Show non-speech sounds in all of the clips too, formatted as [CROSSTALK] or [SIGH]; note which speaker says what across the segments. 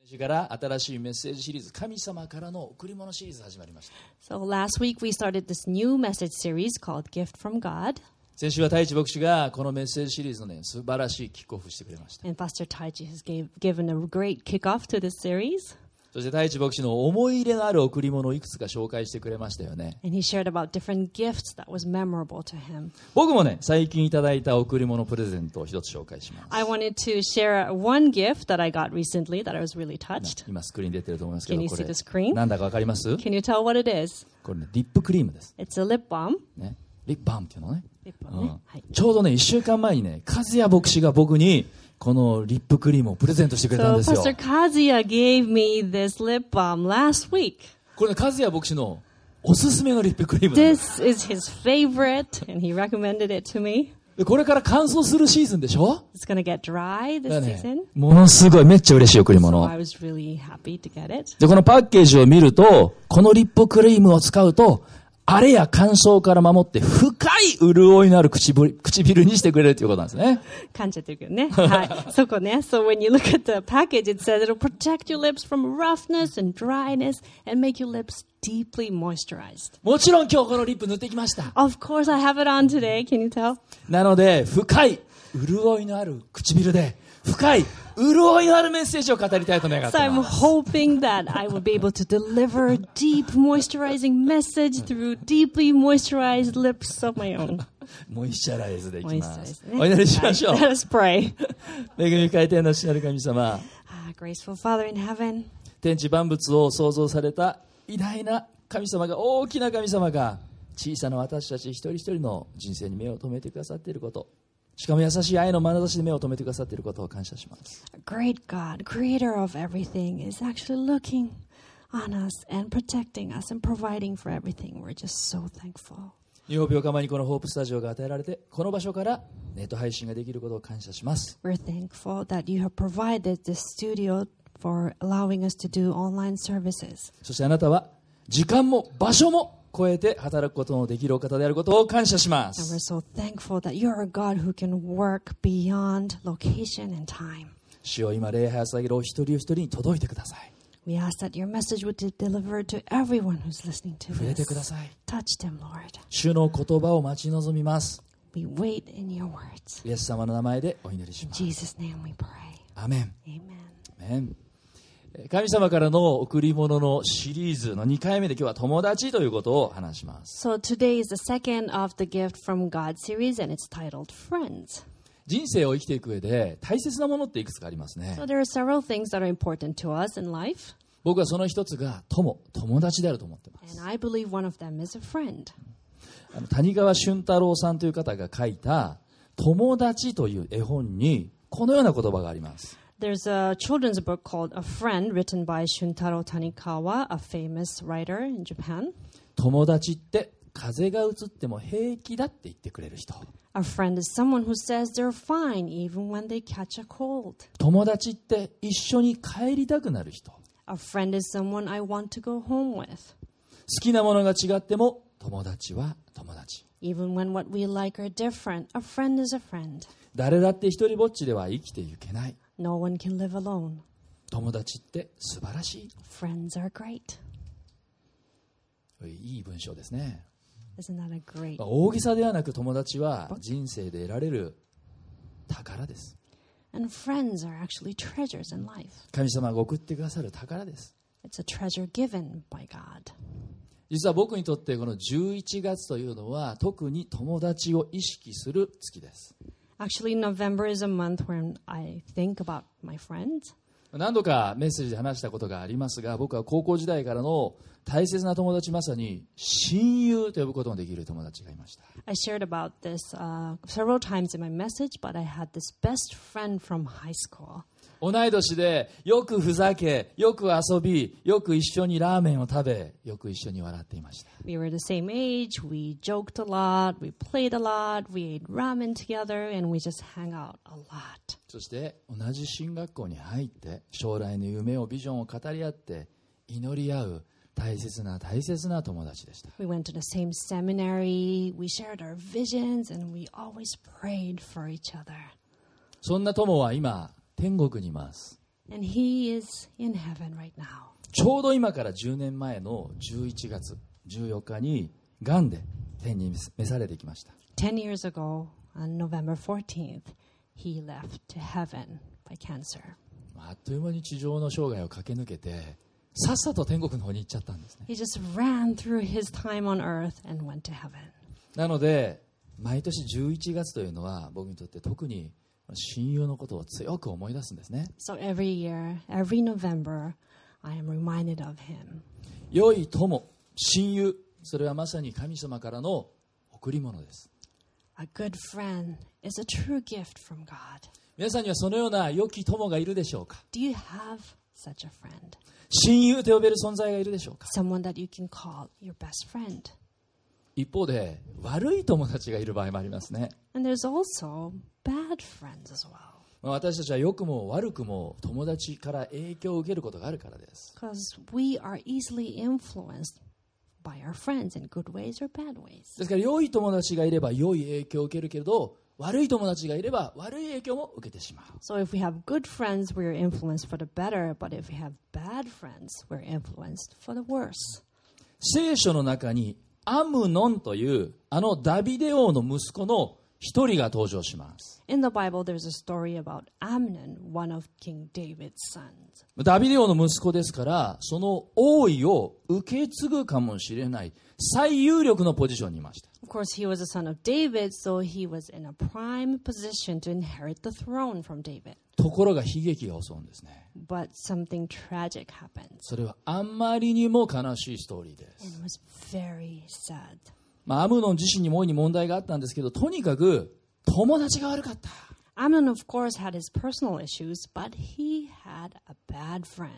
Speaker 1: 先週から新しいメッセージシリーズ「神様からの贈り物」シリーズ始まりました
Speaker 2: So last week we started this new message series called Gift from God,
Speaker 1: 先週は太一牧師がこのメッセージシリーズのね素晴らしいキックオフしてくれました
Speaker 2: and Pastor Taiji has gave, given a great kickoff to this series.
Speaker 1: そして太一牧師の思い入れのある贈り物をいくつか紹介してくれましたよね
Speaker 2: And he shared about different gifts that was memorable to him.
Speaker 1: 僕もね最近いただいた贈り物プレゼントを一つ紹介します
Speaker 2: I wanted to share one gift that I got recently that I was really touched.
Speaker 1: 今スクリーンに出てると思いますけど
Speaker 2: Can you
Speaker 1: こ
Speaker 2: see the screen?
Speaker 1: れなんだかわかりますこ
Speaker 2: Can you tell what it is?
Speaker 1: れねリップクリームです、
Speaker 2: It's a lip balm.
Speaker 1: ね、リップバームっていうのね
Speaker 2: リップバームね
Speaker 1: うん
Speaker 2: はい
Speaker 1: ちょうどね1週間前にね和也牧師が僕にこのリップクリームをプレゼントしてくれたん
Speaker 2: So
Speaker 1: ですよ
Speaker 2: Pastor Kazuya gave me this lip balm last week.
Speaker 1: これね和也牧師のおすすめのリップクリームなんです
Speaker 2: This is his favorite, and he recommended it to me.
Speaker 1: でこれから乾燥するシーズンでしょ
Speaker 2: It's gonna get dry
Speaker 1: だから
Speaker 2: this
Speaker 1: ね
Speaker 2: season.
Speaker 1: ものすごいめっちゃ嬉しい贈り
Speaker 2: So
Speaker 1: 物
Speaker 2: I was really happy to get it.
Speaker 1: でこのパッケージを見るとこのリップクリームを使うとあれや乾燥から守って深い潤いのある唇唇にしてくれるということなんですね
Speaker 2: [LAUGHS] 感じてるよね。はい。そこね。So when you look at the package, it says it'll protect your lips from roughness and dryness and make your lips deeply moisturized.
Speaker 1: もちろん今日このリップ塗ってきました
Speaker 2: Of course, I have it on today. Can you tell?
Speaker 1: なので深い潤いのある唇で深い潤いのあるメッセージを語りたいと願って
Speaker 2: So
Speaker 1: い
Speaker 2: I'm
Speaker 1: ます
Speaker 2: hoping that I will be able to deliver a deep moisturizing message through deeply moisturized lips of my own.
Speaker 1: モイスチャライズでいきます
Speaker 2: Moisturized.
Speaker 1: お祈りしましょう
Speaker 2: Let us [LAUGHS] pray.
Speaker 1: 恵み深い天の父なる神様
Speaker 2: Ah, graceful Father in heaven,
Speaker 1: 天地万物を創造された偉大な神様が大きな神様が小さな私たち一人一人の人生に目を留めてくださっていることしかも優しい愛の眼差しで目を留めてくださっていることを感謝します
Speaker 2: a great God, creator of everything, is actually looking on us and protecting us and providing for everything. We're just so thankful.
Speaker 1: 日曜日おかまにこのホープスタジオが与えられてこの場所からネット配信ができることを感謝します
Speaker 2: We're thankful that you have provided this studio for allowing us to do online services.
Speaker 1: そしてあなたは時間も場所も超えて働くことのできるお方であることを感謝しま
Speaker 2: And
Speaker 1: す
Speaker 2: we're so thankful that you're a God who can work beyond location and time.
Speaker 1: 主を今礼拝を捧げるお一人お一人に届いてください
Speaker 2: We ask that your message would be delivered to everyone who's listening to
Speaker 1: 触れてくだ
Speaker 2: this.
Speaker 1: さい
Speaker 2: Touch them, Lord.
Speaker 1: 主の言葉を待ち望みます
Speaker 2: We wait in your words.
Speaker 1: イエス様の名前でお祈りし
Speaker 2: In
Speaker 1: ます。
Speaker 2: Jesus' name we pray.
Speaker 1: アメン。
Speaker 2: Amen.
Speaker 1: アメンえー神様からの贈り物のシリーズの2回目で今日は友達ということを話します。
Speaker 2: So today is the second of the Gift from God series, and it's titled Friends.
Speaker 1: 人生を生きていく上で大切なものっていくつかありますね
Speaker 2: So。there are several things that are important to us in life,
Speaker 1: 僕はその一つが友、友達であると思ってます。
Speaker 2: and I believe one of them is a friend.
Speaker 1: あの谷川俊太郎さんという方が書いた友達という絵本にこのような言葉があります。
Speaker 2: There's a children's book called A Friend, written by Shuntaro Tanikawa, a famous writer in Japan.
Speaker 1: 友達って風が移っても平気だって言ってくれる人。
Speaker 2: A friend is someone who says they're fine even when they catch a cold.
Speaker 1: 友達って一緒に帰りたくなる人。
Speaker 2: A friend is someone I want to go home with,
Speaker 1: 好きなものが違っても友達は友達
Speaker 2: even when what we like are different. A friend is a friend.
Speaker 1: 誰だって一人ぼっちでは生きていけない
Speaker 2: No one can live alone.
Speaker 1: 友達って素晴らし
Speaker 2: Friends are great.
Speaker 1: いいい文章ですね
Speaker 2: Isn't that a great?
Speaker 1: まあ大げさではなく友達は人生で得られる宝です
Speaker 2: And friends are actually treasures in life.
Speaker 1: 神様が送ってくださる宝です
Speaker 2: It's a treasure given by God.
Speaker 1: 実は僕にとってこの11月というのは特に友達を意識する月です
Speaker 2: Actually, November is a month when I think about my friends.
Speaker 1: 何度かメッセージで話したことがありますが僕は高校時代からの大切な友達まさに親友と呼ぶこともできる友達がいました
Speaker 2: I shared about this uh, several times in my message, but I had this best friend from high school.
Speaker 1: 同い年でよくふざけよく遊びよく一緒にラーメンを食べよく一緒に笑っていました
Speaker 2: We were the same age, we joked a lot, we played a lot, we ate ramen together, and we just hang out a lot.
Speaker 1: そして同じ進学校に入って将来の夢をビジョンを語り合って祈り合う大切な大切な友達でした
Speaker 2: We went to the same seminary, we shared our visions, and we always prayed for each other.
Speaker 1: そんな友は今天国にいます
Speaker 2: And he is in heaven right now.
Speaker 1: ちょうど今から10年前の11月14日に、がんで天に召されてきました。
Speaker 2: 10 years ago, on November 14th, he left to heaven by cancer.
Speaker 1: あっという間に地上の生涯を駆け抜けて、さっさと天国の方に行っちゃったんですね。
Speaker 2: He just ran through his time on earth and went to heaven.
Speaker 1: なので、毎年11月というのは、僕にとって特に親友のことを強く思い出すんですね。
Speaker 2: So every year, every November, I am reminded of him.
Speaker 1: 良い友、親友、それはまさに神様からの贈り物です。
Speaker 2: A good friend is a true gift from God.
Speaker 1: 皆さんにはそのような良き友がいるでしょうか
Speaker 2: Do you have such a friend?
Speaker 1: 親友と呼べる存在がいるでしょうか
Speaker 2: Someone that you can call your best friend.
Speaker 1: 一方で、悪い友達がいる場合もありますね。
Speaker 2: And there's also bad friends as well.
Speaker 1: まあ私たちは良くも悪くも友達から影響を受けることがあるからです。
Speaker 2: Because we are easily influenced by our friends in good ways or bad ways.
Speaker 1: ですから良い友達がいれば良い影響を受けるけれど悪い友達がいれば悪い影響も受けてしまう
Speaker 2: So if we have good friends, we're influenced for the better. But if we have bad friends, we're influenced for the worse.
Speaker 1: 聖書の中にアムノンというあのダビデ王の息子の一人が登場します
Speaker 2: In the Bible, there's a story about Amnon, one of King David's sons.
Speaker 1: ダビデ王の息子ですからその王位を受け継ぐかもしれない最有力のポジションにいました
Speaker 2: Of course, he was a son of David, so he was in a prime position to inherit the throne from David.
Speaker 1: ところが悲劇が襲うんですね
Speaker 2: But something tragic happens.
Speaker 1: それはあんまりにも悲しいストーリーです
Speaker 2: and It was very sad.
Speaker 1: まあ、アムノン自身にも大いに問題があったんですけどとにかく友達が悪かった
Speaker 2: Amnon, of course, had his personal issues, but he had a bad friend.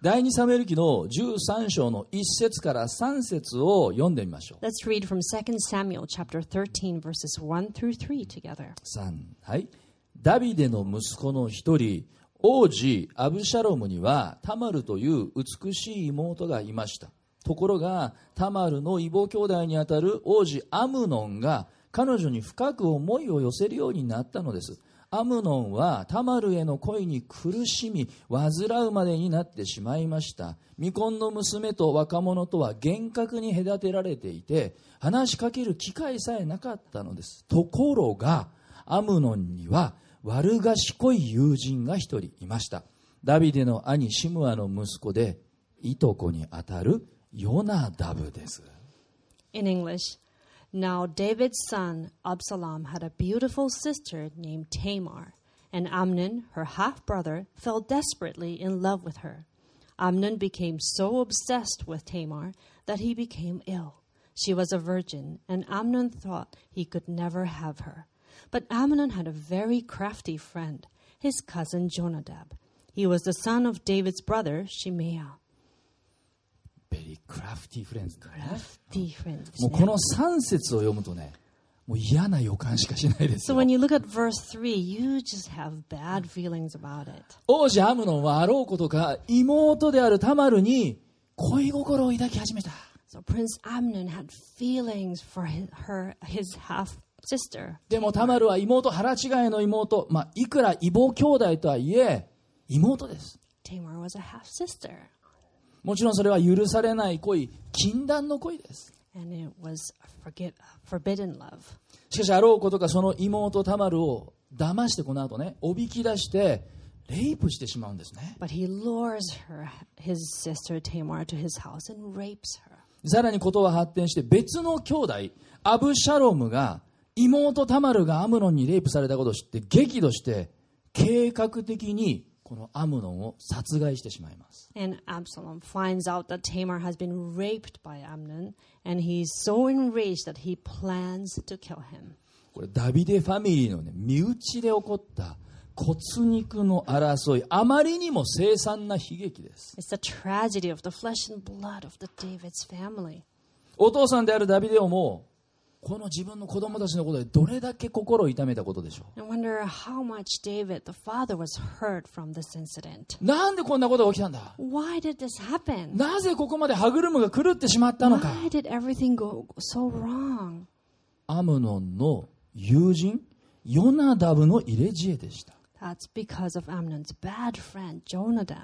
Speaker 1: 第2サムエル記の13章の1節から3節を読んでみましょう。
Speaker 2: Let's read from 2 Samuel chapter 13 verses 1 through 3 together.
Speaker 1: 3はい。ダビデの息子の一人、王子アブシャロムにはタマルという美しい妹がいました。ところがタマルの異母兄弟にあたる王子アムノンが彼女に深く思いを寄せるようになったのです。アムノンはタマルへの恋に苦しみ煩うまでになってしまいました未婚の娘と若者とは厳格に隔てられていて話しかける機会さえなかったのですところがアムノンには悪賢い友人が一人いましたダビデの兄シムアの息子でいとこにあたるヨナダブです
Speaker 2: In English, now David's son Absalom had a beautiful sister named Tamar, and Amnon, her half brother, fell desperately in love with her. Amnon became so obsessed with Tamar that he became ill. She was a virgin, and Amnon thought he could never have her. But Amnon had a very crafty friend, his cousin Jonadab. He was the son of David's brother, Shimeah.
Speaker 1: ベリークラフティフレンズだね
Speaker 2: Crafty friend.
Speaker 1: もうこの3節を読むとねもう嫌な予感しかしないですよ
Speaker 2: So when you look at verse 3, you just have bad feelings about it.
Speaker 1: 王子アムノンはあろうことか妹であるタマルに恋心を抱き始めた
Speaker 2: So Prince Amnon had feelings for his, her his half sister.
Speaker 1: でもタマルは妹腹違いの妹、まあ、いくら異母兄弟とはいえ妹です
Speaker 2: Tamar was a half sister,
Speaker 1: もちろんそれは許されない恋禁断の恋です
Speaker 2: and it was a forget a forbidden love.
Speaker 1: しかしあろうことかその妹タマルを騙してこの後ねおびき出してレイプしてしまうんですね
Speaker 2: But he lures her his sister Tamar to his house and rapes her.
Speaker 1: さらにことは発展して別の兄弟アブシャロムが妹タマルがアムノンにレイプされたことを知って激怒して計画的にこのアムノンを殺害してしまいます
Speaker 2: And Absalom finds out that Tamar has been raped by Amnon, and he's so enraged that he plans to kill him.
Speaker 1: これダビデファミリーの、ね、身内で起こった骨肉の争いあまりにも凄惨な悲劇です
Speaker 2: It's the tragedy of the flesh and blood of the David's family.
Speaker 1: お父さんであるダビデオもこの自分の子供たちのことでどれだけ心を痛めたことでしょ
Speaker 2: I wonder how much David, the father, was hurt from this incident.
Speaker 1: うなんでこんなことが起きたんだ
Speaker 2: Why did this happen?
Speaker 1: なぜここまで歯車が狂ってしまったのか
Speaker 2: Why did everything go so wrong?
Speaker 1: アムノンの友人ヨナダブの入れ知恵でした
Speaker 2: That's because of Amnon's bad friend Jonadab.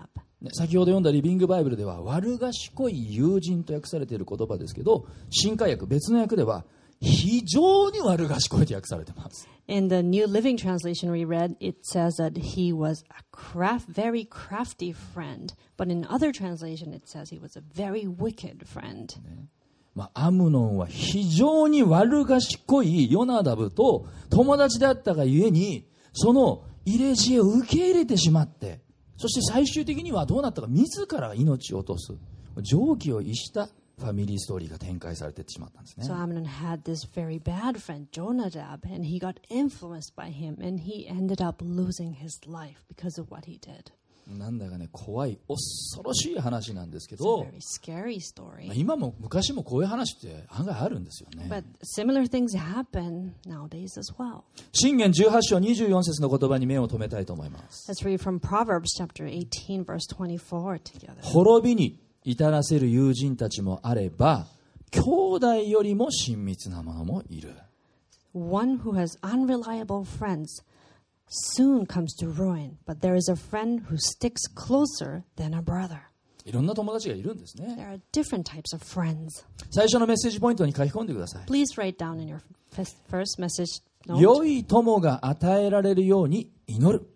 Speaker 1: ね先ほど読んだリビングバイブルでは悪賢い友人と訳されている言葉ですけど新海訳別の訳では非常に悪賢いと訳されてます、
Speaker 2: In the New Living Translation we read, it says that he was a craft, very crafty friend. But in other translation, it says he was a very wicked friend.
Speaker 1: まあ、アムノンは非常に悪賢いヨナダブと友達であったがゆえにその入れ知恵を受け入れてしまってそして最終的にはどうなったか自らが命を落とす常軌を逸したファミリーストーリーが展開されていってしまったんですね
Speaker 2: So Amnon had this very bad friend, Jonadab, and he got influenced by him, and he ended up losing his life because of what he did.
Speaker 1: なんだかね怖い恐ろしい話なんですけ
Speaker 2: It's a
Speaker 1: ど
Speaker 2: very scary
Speaker 1: ま
Speaker 2: story.
Speaker 1: あ今も昔もこういう話って案外あるんですよね
Speaker 2: But similar things happen nowadays as well.
Speaker 1: 信玄18章24節の言葉に目を留めたいと思います
Speaker 2: Let's read from Proverbs chapter 18, verse 24 together.
Speaker 1: 滅びに至らせる友人たちもあれば兄弟よりも親密な者もいる
Speaker 2: One who has unreliable friends soon comes to ruin, but there is a friend who sticks closer than a brother.
Speaker 1: いろんな友達がいるんですね
Speaker 2: There are different types of friends.
Speaker 1: 最初のメッセージポイントに書き込んでください
Speaker 2: Please write down in your fis- first message note
Speaker 1: 良い友が与えられるように祈る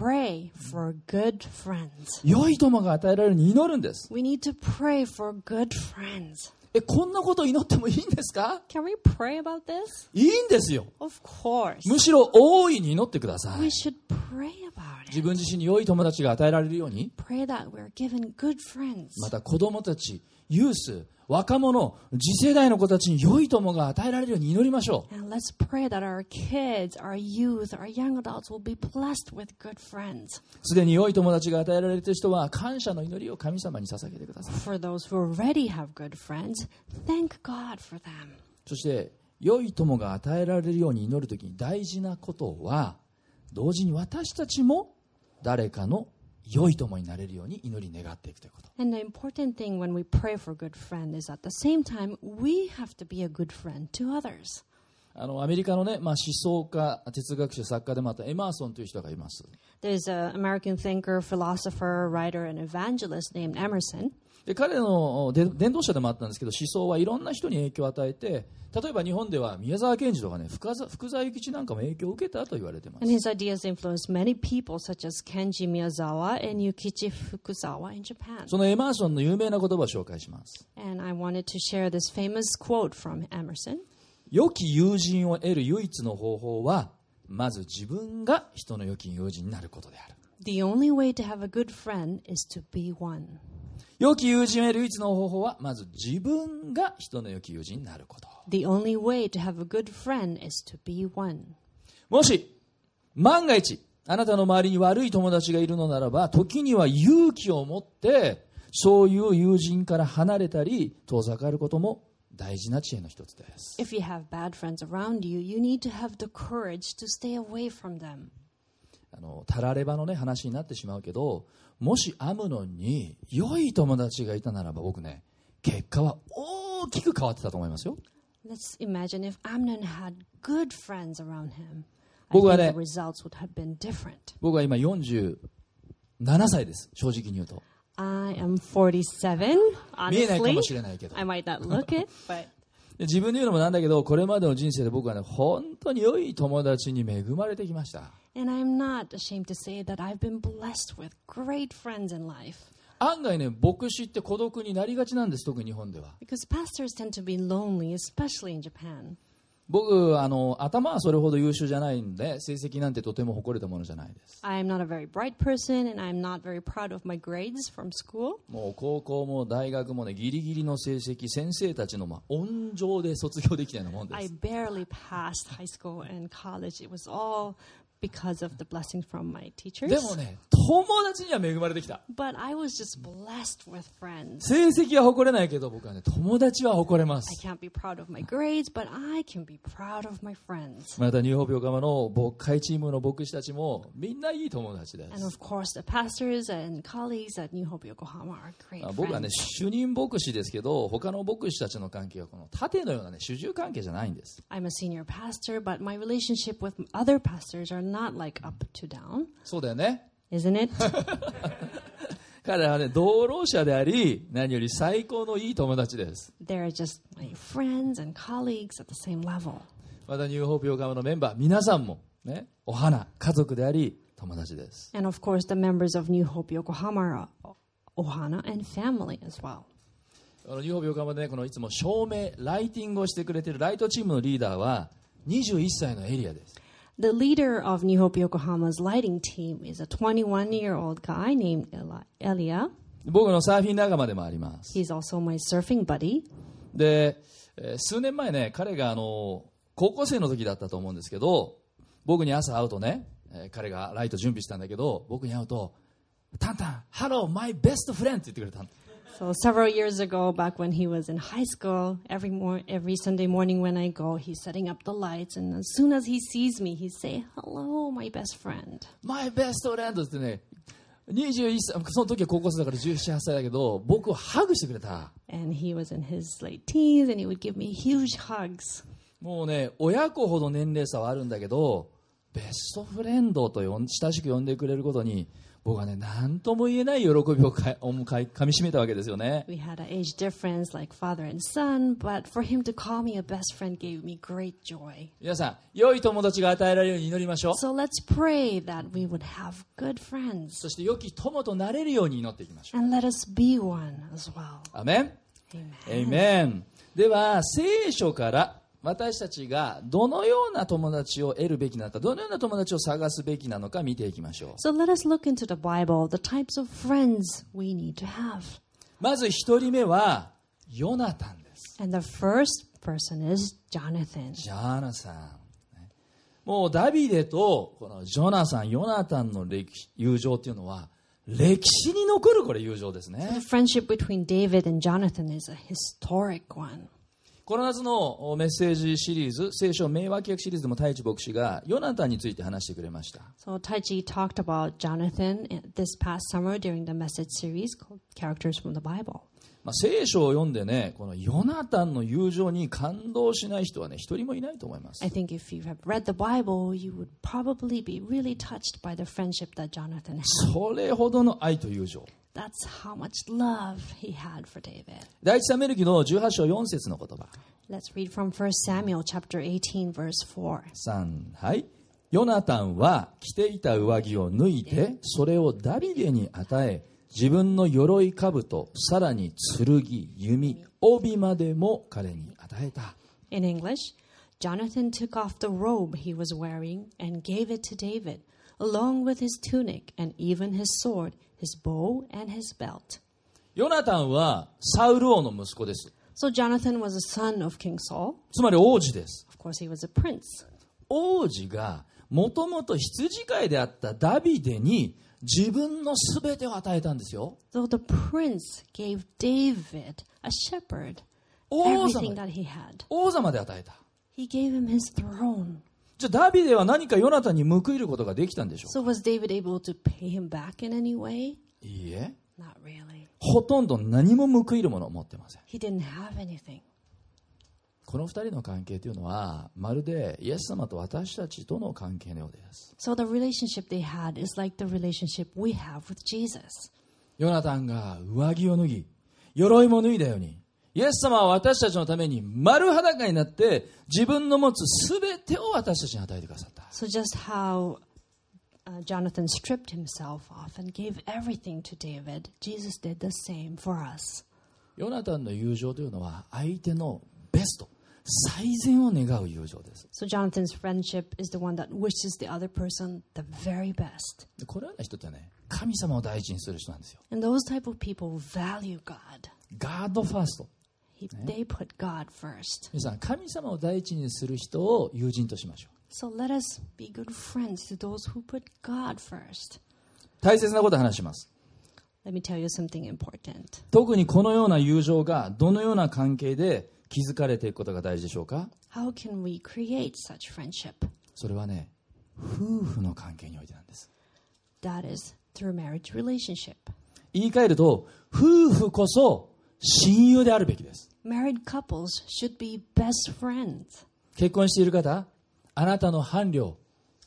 Speaker 2: pray for good friends.
Speaker 1: 良い友が与えられるように祈るんです
Speaker 2: We need to pray for good friends.
Speaker 1: えこんなこと祈ってもいいんですか
Speaker 2: Can we pray about this?
Speaker 1: いいんですよ
Speaker 2: Of course.
Speaker 1: むしろ大いに祈ってください
Speaker 2: We should pray about it.
Speaker 1: 自分自身に良い友達が与えられるように
Speaker 2: Pray that we're given good friends.
Speaker 1: また子供たちユース若者次世代の子たちに良い友が与えられるように祈りましょう
Speaker 2: And let's pray that our kids, our youth, our young adults will be blessed with good friends.
Speaker 1: すでに良い友達が与えられている人は感謝の祈りを神様に捧げてください
Speaker 2: For those who already have good friends, thank God for them.
Speaker 1: そして良い友が与えられるように祈るときに大事なことは同時に私たちも誰かの良い友になれるように祈り願っていくということ
Speaker 2: And the important thing when we pray for good friend is at the same time we have to be a good friend to others.
Speaker 1: あのアメリカの、ねまあ、思想家哲学者作家でもあったエマーソンという人がいます
Speaker 2: There's an American thinker, philosopher, writer, and evangelist named Emerson.
Speaker 1: で彼ので伝道者でもあったんですけど思想はいろんな人に影響を与えて例えば日本では宮沢賢治とかね福沢福沢諭吉なんかも影響を受けたと言われてま
Speaker 2: And
Speaker 1: す
Speaker 2: his ideas influenced many people, such as Kenji Miyazawa and Yukichi Fukuzawa in Japan.
Speaker 1: そのエマーソンの有名な言葉を紹介します
Speaker 2: And I wanted to share this famous quote from Emerson
Speaker 1: 良き友人を得る唯一の方法はまず自分が人の良き友人になることである
Speaker 2: The only way to have a good friend is to be one.
Speaker 1: 良き友人を得る唯一の方法はまず自分が人の良き友人になること
Speaker 2: The only way to have a good friend is to be one.
Speaker 1: もし、万が一、あなたの周りに悪い友達がいるのならば、時には勇気を持って、そういう友人から離れたり、遠ざかることも大事な知恵の一つです。
Speaker 2: If you have bad friends around you, you need to have the courage to stay away from them.
Speaker 1: あの、たらればのね、話になってしまうけど、もしアムノンに良い友達がいたならば、僕ね、結果は大きく変わってたと思いますよ。
Speaker 2: Let's imagine if Amnon had good friends around him. I
Speaker 1: 僕は
Speaker 2: think
Speaker 1: ね
Speaker 2: the results would have been different.
Speaker 1: 僕は今47歳です、正直に言うと。
Speaker 2: I am 47,
Speaker 1: 見えないか
Speaker 2: honestly.
Speaker 1: もしれないけど
Speaker 2: I。might not look it, but
Speaker 1: で自分で言うのもなんだけどこれまでの人生で僕はね本当に良い友達に恵まれてきました
Speaker 2: and I'm not ashamed to say that I've been blessed with great friends in life.
Speaker 1: 案外ね牧師って孤独になりがちなんです特に日本では
Speaker 2: Because pastors tend to be lonely, especially in Japan.
Speaker 1: 僕あの頭はそれほど優秀じゃないんで成績なんてとても誇れたものじゃないです
Speaker 2: I am not a very bright person, and I'm not very proud of my grades from school.
Speaker 1: もう高校も大学もねギリギリの成績先生たちのまあ温情で卒業できたようなもんで
Speaker 2: I
Speaker 1: す
Speaker 2: barely passed high school and college. It was all because of the blessing from my
Speaker 1: で
Speaker 2: teachers.
Speaker 1: もね友達には恵まれてきた
Speaker 2: But I was just blessed with friends.
Speaker 1: 成績は誇れないけど僕はね友達は誇れま
Speaker 2: I
Speaker 1: す
Speaker 2: can't be proud of my grades, but I can be proud of my friends.
Speaker 1: またニューホープ横浜の牧会チームの牧師たちもみんないい友達です
Speaker 2: And of course, the pastors and colleagues at New Hope Yokohama are great
Speaker 1: あ僕はね
Speaker 2: friends.
Speaker 1: 主任牧師ですけど他の牧師たちの関係はこの盾のようなね主従関係じゃないんです
Speaker 2: I'm a senior pastor, but my relationship with other pastors are not like up to down,
Speaker 1: そうだよね。
Speaker 2: isn't it?
Speaker 1: 彼らはね、同労者であり、何より最高のいい友達です。
Speaker 2: They're just my friends and colleagues at the same level.
Speaker 1: またニューホープヨガムのメンバー、皆さんも、ね、お花、家族であり、友達です。
Speaker 2: And of course, the members of New Hope Yokohama are Ohana and family as well.
Speaker 1: あのニューホープ横浜でね、このいつも照明、ライティングをしてくれてるライトチームのリーダーは、21歳のエリアです。
Speaker 2: The leader of New Hope Yokohama's lighting team is a 21 year old guy named Eli- Elia.
Speaker 1: 僕のサーフィン仲間でもあります。
Speaker 2: He's also my surfing buddy.
Speaker 1: で、えー数年前ね、彼があの高校生の時だったと思うんですけど、僕に朝会うとね、えー彼がライト準備したんだけど、僕に会うと、タンタン、ハロー、マイベストフレンって言ってくれたの
Speaker 2: So several years ago, back when he was in high school, every mor- every Sunday morning when I go, he's setting up the lights, and as soon as he sees me, he say, "Hello, my best friend."
Speaker 1: マイベストフレンドってね、21歳、その時は高校生だから17、8歳だけど、僕をハグしてくれた。
Speaker 2: And he was in his late teens, and he would give me huge hugs.
Speaker 1: もうね、親子ほど年齢差はあるんだけど、ベストフレンドと呼ん親しく呼んでくれることに、僕はね、何とも言えない喜びをかをかいかみしめたわけですよね。
Speaker 2: We had an age difference, like father and son, but for him to call me a best friend gave me great joy.
Speaker 1: 皆さん、良い友達が与えられるように祈りましょう。
Speaker 2: So let's pray that we would have good friends,
Speaker 1: そして良き友となれるように祈っていきましょ
Speaker 2: and let us be one as well.
Speaker 1: う。アメン
Speaker 2: Amen.
Speaker 1: エイメン。では、聖書から私たちがどのような友達を得るべきなのか、どのような友達を探すべきなのか見ていきましょう。
Speaker 2: So let us look into the Bible, the types of friends we need to have.
Speaker 1: まず一人目は、ヨナタンです。
Speaker 2: And the first person is Jonathan.
Speaker 1: ジョナサン。ねもうダビデとこのジョナサン、ヨナタンの歴友情っていうのは、歴史に残るこれ友情です
Speaker 2: The
Speaker 1: ね。
Speaker 2: friendship between David and Jonathan is a historic one.
Speaker 1: この夏のメッセージシリーズ、聖書名脇役シリーズでも太一牧師がヨナタンについて話してくれました。
Speaker 2: So Taichi talked about Jonathan in- this past summer during the message series called Characters from the Bible.
Speaker 1: まあ、聖書を読んでね、このヨナタンの友情に感動しない人はね、一人もいないと思います。
Speaker 2: I think if you have read the Bible, you would probably be really touched by the friendship that Jonathan had.
Speaker 1: それほどの愛と友情。
Speaker 2: That's how much love he had for David.
Speaker 1: 第一サメル記の18章4節の言葉。
Speaker 2: Let's read from 1 Samuel chapter 18 verse 4.
Speaker 1: 三はい。ヨナタンは着ていた上着を脱いで、それをダビデに与え、自分の鎧兜、さらに剣、弓、帯までも彼に与えた。
Speaker 2: In English, Jonathan took off the robe he was wearing and gave it to David, along with his tunic and even his sword, his bow, and his belt.
Speaker 1: ヨナタンはサウル王の息子です。
Speaker 2: So Jonathan was a son of King Saul.
Speaker 1: つまり王子です。
Speaker 2: Of course, he was a prince.
Speaker 1: 王子がもともと羊飼いであったダビデに自分の全てを与えたんですよ。
Speaker 2: So the prince gave David, a shepherd,
Speaker 1: 王
Speaker 2: everything
Speaker 1: 様
Speaker 2: that he had.
Speaker 1: 王様で与えた。
Speaker 2: He gave him his throne.
Speaker 1: じゃあダビデは何かヨナタンに報いることができたんでしょ
Speaker 2: So was David able to pay him back in any way?
Speaker 1: ういいえ。
Speaker 2: Not really.
Speaker 1: ほとんど何も報いるものを持ってません
Speaker 2: He didn't have anything.
Speaker 1: この二人の関係というのはまるでイエス様と私たちとの関係のようです
Speaker 2: So the relationship they had is like the relationship we have with Jesus.
Speaker 1: ヨナタンが上着を脱ぎ鎧も脱いだようにイエス様は私たちのために丸裸になって自分の持つ全てを私たちに与えてくださった
Speaker 2: So just how uh, Jonathan stripped himself off and gave everything to David, Jesus did the same for us.
Speaker 1: ヨナタンの友情というのは相手のベスト最善を願う友情です
Speaker 2: So Jonathan's friendship is the one that wishes the other person the very best.
Speaker 1: でこのような人ってね神様を大事にする人なんですよ
Speaker 2: And those type of people value God.
Speaker 1: ガードファースト
Speaker 2: He, They put God first.
Speaker 1: 皆さん神様を第一にする人を友人としましょう
Speaker 2: So let us be good friends to those who put God first.
Speaker 1: 大切なことを話します。
Speaker 2: Let me tell you something important.
Speaker 1: 特にこのような友情がどのような関係で築かれていくことが大事でしょうか
Speaker 2: How can we create such friendship?
Speaker 1: それはね、夫婦の関係においてなんです。
Speaker 2: That is through marriage relationship.
Speaker 1: 言い換えると、夫婦こそ親友であるべきです。
Speaker 2: Married couples should be best friends.
Speaker 1: 結婚している方、あなたの伴侶、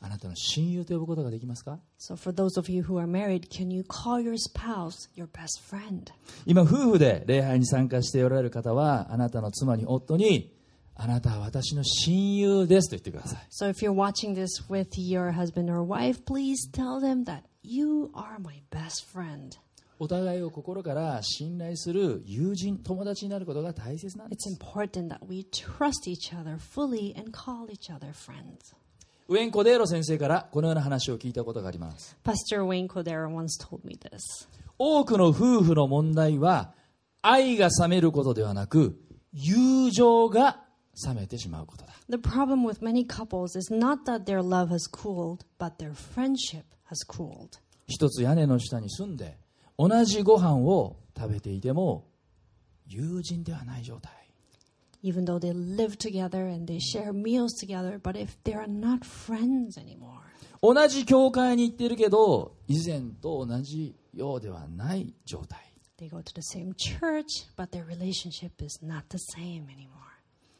Speaker 1: あなたの親友と呼ぶことができますか
Speaker 2: So, for those of you who are married, can you call your spouse your best friend?
Speaker 1: 今夫婦で礼拝に参加しておられる方はあなたの妻に夫にあなたは私の親友ですと言ってください
Speaker 2: So, if you're watching this with your husband or wife, please tell them that you are my best friend.
Speaker 1: お互いを心から信頼する友人友達になることが大切なんです
Speaker 2: It's important that we trust each other fully and call each other friends.
Speaker 1: ウェン・コデーロ先生からこのような話を聞いたことがあります
Speaker 2: Pastor Wayne Codera once told me this.
Speaker 1: 多くの夫婦の問題は愛が冷めることではなく友情が冷めてしまうことだ
Speaker 2: The problem with many couples is not that their love has cooled, but their friendship has cooled.
Speaker 1: 一つ屋根の下に住んで同じご飯を食べていても友人ではない状態
Speaker 2: Even though they live together and they share meals together, but if they are not friends anymore,
Speaker 1: 同じ教会に行ってるけど以前と同じようではない状態
Speaker 2: they go to the same church, but their relationship is not the same anymore.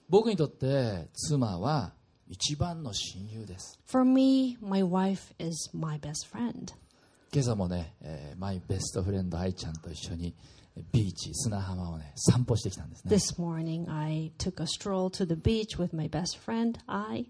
Speaker 1: 僕にとって妻は一番の親友です
Speaker 2: For me, my wife is my best friend.
Speaker 1: 今朝もね、えーマイベストフレンド愛ちゃんと一緒にビーチ砂浜をね散歩してきたんですね
Speaker 2: This morning, I took a stroll to the beach with my best friend, I.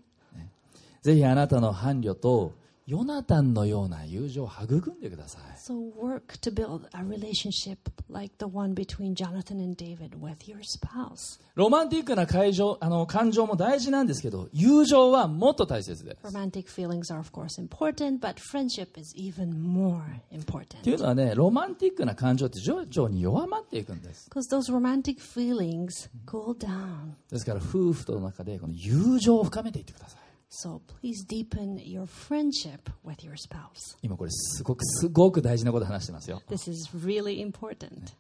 Speaker 1: ぜひあなたの伴侶とヨナタンのような友情を育んでください
Speaker 2: So work to build a relationship like the one between Jonathan and David with your spouse.
Speaker 1: ロマンティックな会場あの感情も大事なんですけど友情はもっと大切です
Speaker 2: Romantic feelings are, of course, important, but friendship is even more
Speaker 1: という
Speaker 2: important.
Speaker 1: のはねロマンティックな感情って徐々に弱まっていくんです
Speaker 2: Because those romantic feelings cool down.
Speaker 1: ですから夫婦との中でこの友情を深めていってください
Speaker 2: So please deepen your friendship with your spouse.
Speaker 1: 今これすごくすごく大事なこと話してますよ
Speaker 2: This is really important.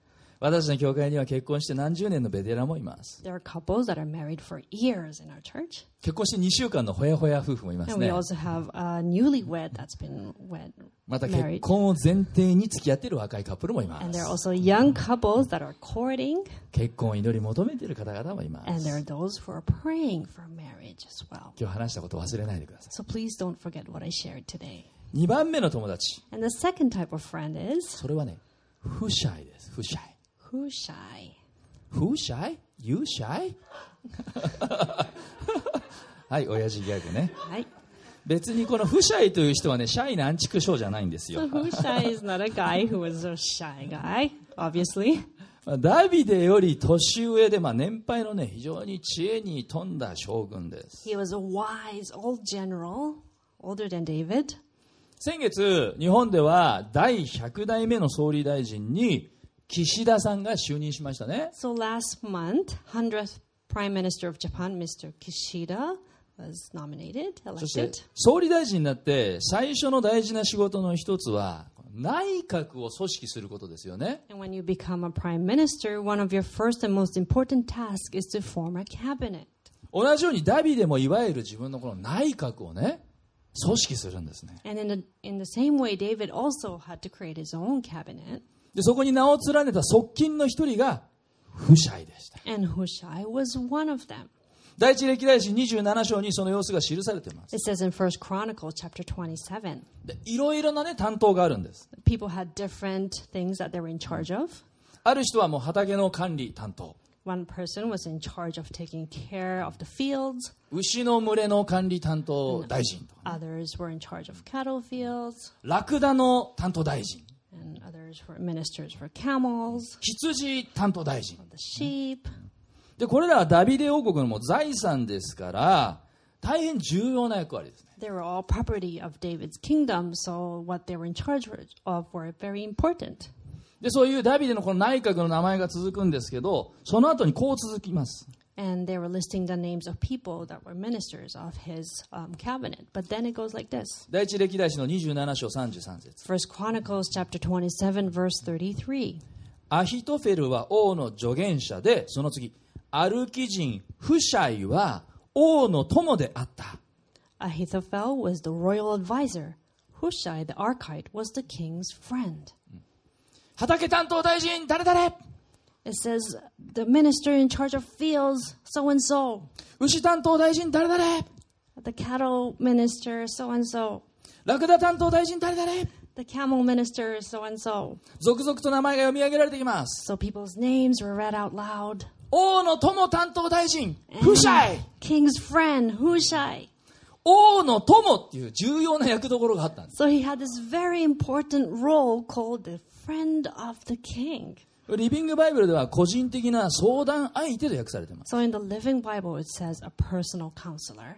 Speaker 1: 私の教会には結婚して何十年のベテランもいます
Speaker 2: There are couples that are married for years in our church, 結
Speaker 1: 結婚して2週間のほやほや夫婦もいます
Speaker 2: and we
Speaker 1: ね
Speaker 2: also have a newlywed that's been wed,
Speaker 1: また結
Speaker 2: married.
Speaker 1: 婚を前提に付き合っている若いカップルもいま
Speaker 2: And there are
Speaker 1: す
Speaker 2: also young couples that are courting,
Speaker 1: 結婚を祈り求めている方々もいま
Speaker 2: and
Speaker 1: す
Speaker 2: there are those who are praying for marriage as well.
Speaker 1: 今日話したことを忘れないでくださ
Speaker 2: So please don't forget what I shared today.
Speaker 1: い2番目の友達
Speaker 2: And the second type of friend is
Speaker 1: それはね不シャイです不シャイ
Speaker 2: who's shy.
Speaker 1: Who shy? You shy? [LAUGHS] はい、親父ギャグね。
Speaker 2: Right?
Speaker 1: 別にこの不シャイという人はね、シャイなアンチクショーじゃないんですよ
Speaker 2: So。who's shy is not a guy who is a shy guy, obviously.
Speaker 1: まあダビデより年上で、まあ、年配のね、非常に知恵に富んだ将軍です。
Speaker 2: He was a wise old general, older than David.
Speaker 1: 先月、日本では第100代目の総理大臣に岸田さんが就任しましたね。
Speaker 2: So last month, 100th Prime Minister of Japan, Mr. Kishida, was nominated,
Speaker 1: そして
Speaker 2: elected.
Speaker 1: 総理大臣になって最初の大事な仕事の一つは内閣を組織することですよね。
Speaker 2: And when you become a prime minister, one of your first and most important tasks is to form a cabinet.
Speaker 1: 同じようにダビデもいわゆる自分のこの内閣をね組織するんですね
Speaker 2: And in the, in the same way, David also had to create his own cabinet.
Speaker 1: でそこに名を連ねた側近の一人がフシャイでした
Speaker 2: And Hushai was one of them.
Speaker 1: 第一歴代史27章にその様子が記されています
Speaker 2: It says in First Chronicle chapter 27,
Speaker 1: でいろいろなね担当があるんです
Speaker 2: people had different things that they were in charge of.
Speaker 1: ある人はもう畑の管理担当
Speaker 2: One person was in charge of taking care of the fields.
Speaker 1: 牛の群れの管理担当大臣とか
Speaker 2: Others were in charge of cattle fields,
Speaker 1: ラクダの担当大臣
Speaker 2: and others were ministers for camels,
Speaker 1: 羊担当大臣
Speaker 2: the sheep.
Speaker 1: でこれらはダビデ王国のもう財産ですから大変重要な役割ですね
Speaker 2: They were all property of David's kingdom, so what they were in charge were- of were very important.
Speaker 1: で、そういうダビデのこの内閣の名前が続くんですけど、その後にこう続きます。
Speaker 2: And they were listing the names of people that were ministers of his um, cabinet. But then it goes like this
Speaker 1: 第一歴代史の27章33節
Speaker 2: First Chronicles chapter 27, verse 33.
Speaker 1: アヒトフェルは王の助言者で、その次、アルキ人フシャイは王の友であった。
Speaker 2: Ahithophel was the royal advisor. Hushai the archite was the king's friend.
Speaker 1: 畑担当大臣、誰々
Speaker 2: It says the minister in charge of fields, so and so.
Speaker 1: 牛担当大臣、誰々
Speaker 2: the cattle minister so and so,
Speaker 1: ラクダ担当大臣誰々
Speaker 2: the camel minister so and so.
Speaker 1: 続々と名前が読み上げられています。
Speaker 2: So people's names were read out loud.
Speaker 1: 王の友担当大臣、フシャイ
Speaker 2: King's friend, Hushai.
Speaker 1: 王の友っていう重要な役どころがあったんです。
Speaker 2: So he had this very important role called the friend of the king.
Speaker 1: リビングバイブルでは個人的な相談相手と訳されています。
Speaker 2: So in the Living Bible, it says a personal counselor.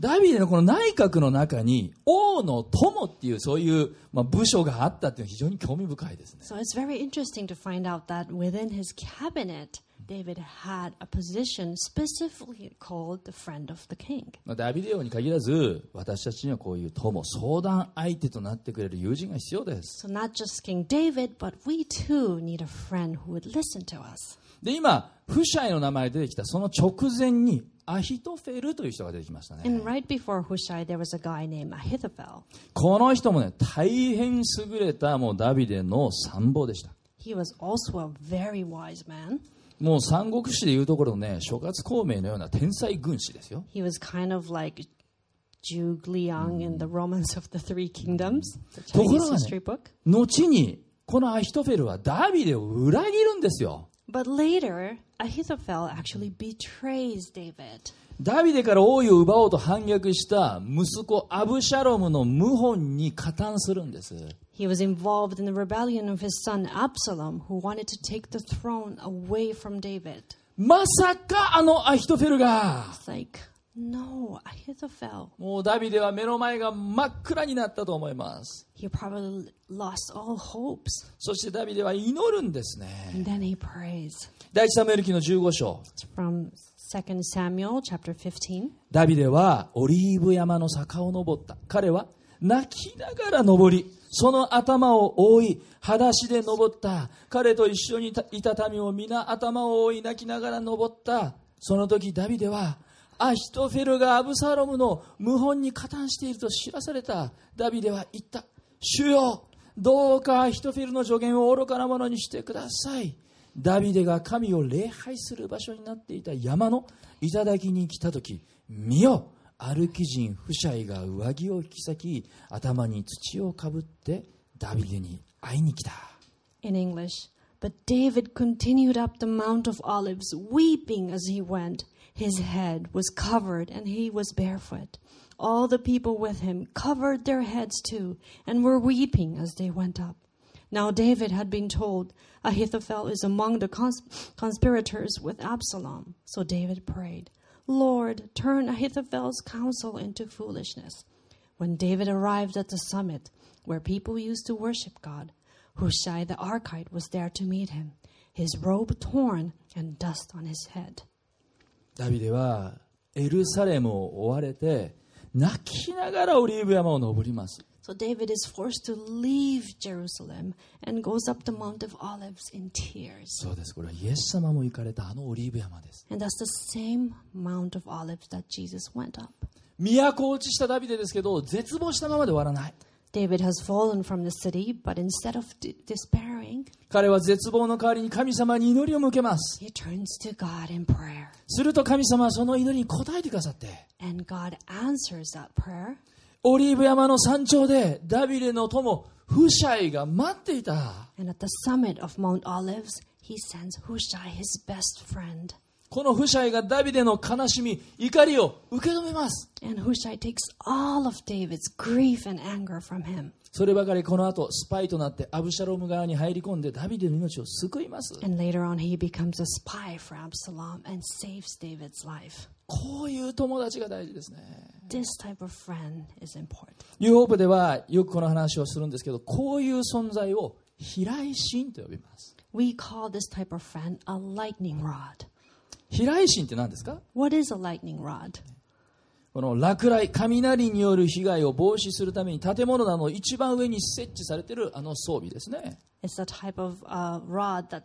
Speaker 1: ダビデのこの内閣の中に王の友っていうそういう、まあ、部署があったっていうのは非常に興味深いですね。
Speaker 2: So it's very interesting to find out that within his cabinet, David had a position specifically called the friend of the king.
Speaker 1: まあ、ダビデ王に限らず私たちにはこういう友、相談相手となってくれる友人が必要です。
Speaker 2: So not just King David, but we too need a friend who would listen to us.
Speaker 1: で、今、フシャイの名前が出てきたその直前にアヒトフェルという人が出てきましたね。
Speaker 2: And right before Hushai, there was a guy named Ahithophel.
Speaker 1: この人もね、大変優れたもうダビデの参謀でした。
Speaker 2: He was also a very wise man.
Speaker 1: もう三国志でいうところのね、諸葛孔明のような天才軍師ですよ。
Speaker 2: He was kind of like Zhuge Liang in the Romance of the Three Kingdoms, the Chinese
Speaker 1: ところがね、
Speaker 2: history book.
Speaker 1: 後に、このアヒトフェルはダビデを裏切るんですよ。
Speaker 2: But later, Ahithophel actually betrays David.
Speaker 1: ダビデから王位を奪おうと反逆した息子アブシャロムの謀反に加担するんです。
Speaker 2: He was involved in the rebellion of his son Absalom, who wanted to take the throne away from David.
Speaker 1: まさかあのアヒトフェルが、
Speaker 2: It's like, no, Ahithophel.
Speaker 1: もうダビデは目の前が真っ暗になったと思います。
Speaker 2: He probably lost all hopes.
Speaker 1: そしてダビデは祈るんですね。
Speaker 2: And then he prays.
Speaker 1: 第一サムエル記の15章。
Speaker 2: It's from 2 Samuel chapter 15.
Speaker 1: ダビデはオリーブ山の坂を登った。彼は泣きながら登り、その頭を覆い、裸足で登った。彼と一緒にいた民を皆頭を覆い泣きながら登った。その時ダビデは、アヒトフェルがアブサロムの謀反に加担していると知らされた。ダビデは言った。主よどうかアヒトフェルの助言を愚かなものにしてください。ダビデが神を礼拝する場所になっていた山の頂に来た時見よ歩き人フシャイが上着を引き裂き頭に土をかぶってダビデに会いに来た
Speaker 2: in English. But David continued up the Mount of Olives, weeping as he went. His head was covered, and he was barefoot. All the people with him covered their heads too, and were weeping as they went up. Now David had been told, Ahithophel is among the cons- conspirators with Absalom. So David prayed, Lord, turn Ahithophel's counsel into foolishness. When David arrived at the summit where people used to worship God, Hushai the Archite was there to meet him, his robe torn and dust on his head.
Speaker 1: ダビデはエルサレムを追われて泣きながらオリーブ山を登ります
Speaker 2: So David is forced to leave Jerusalem and goes up the Mount of Olives in tears.
Speaker 1: そうですこれはイエス様も行かれたあのオリーブ山です
Speaker 2: And that's the same Mount of Olives that Jesus went up.
Speaker 1: 都落ちしたダビデですけど絶望したままで終わらない
Speaker 2: David has fallen from the city, but instead of d- despairing,
Speaker 1: 彼は絶望の代わりに神様に祈りを向けます
Speaker 2: he turns to God in prayer.
Speaker 1: すると神様はその祈りに応えてくださって
Speaker 2: And God answers that prayer.
Speaker 1: オリーブ山の山頂でダビデの友フシャイが待っていた
Speaker 2: And at the summit of Mount Olives, he sends Hushai, his best friend.
Speaker 1: このフシャイがダビデの悲しみ怒りを受け止めます
Speaker 2: And Hushai takes all of David's grief and anger from him.
Speaker 1: そればかりこの後スパイとなってアブシャロム側に入り込んでダビデの命を救います
Speaker 2: And later on, he becomes a spy for Absalom and saves David's life.
Speaker 1: こういう友達が大事ですね
Speaker 2: This type of friend is important.
Speaker 1: ニューホープではよくこの話をするんですけどこういう存在を飛来神と呼びます
Speaker 2: We call this type of friend a lightning rod.
Speaker 1: 飛来神って何ですか
Speaker 2: What is a lightning rod?
Speaker 1: この落雷、雷による被害を防止するために建物などの一番上に設置されているあの装備ですね。
Speaker 2: It's the type of uh, rod that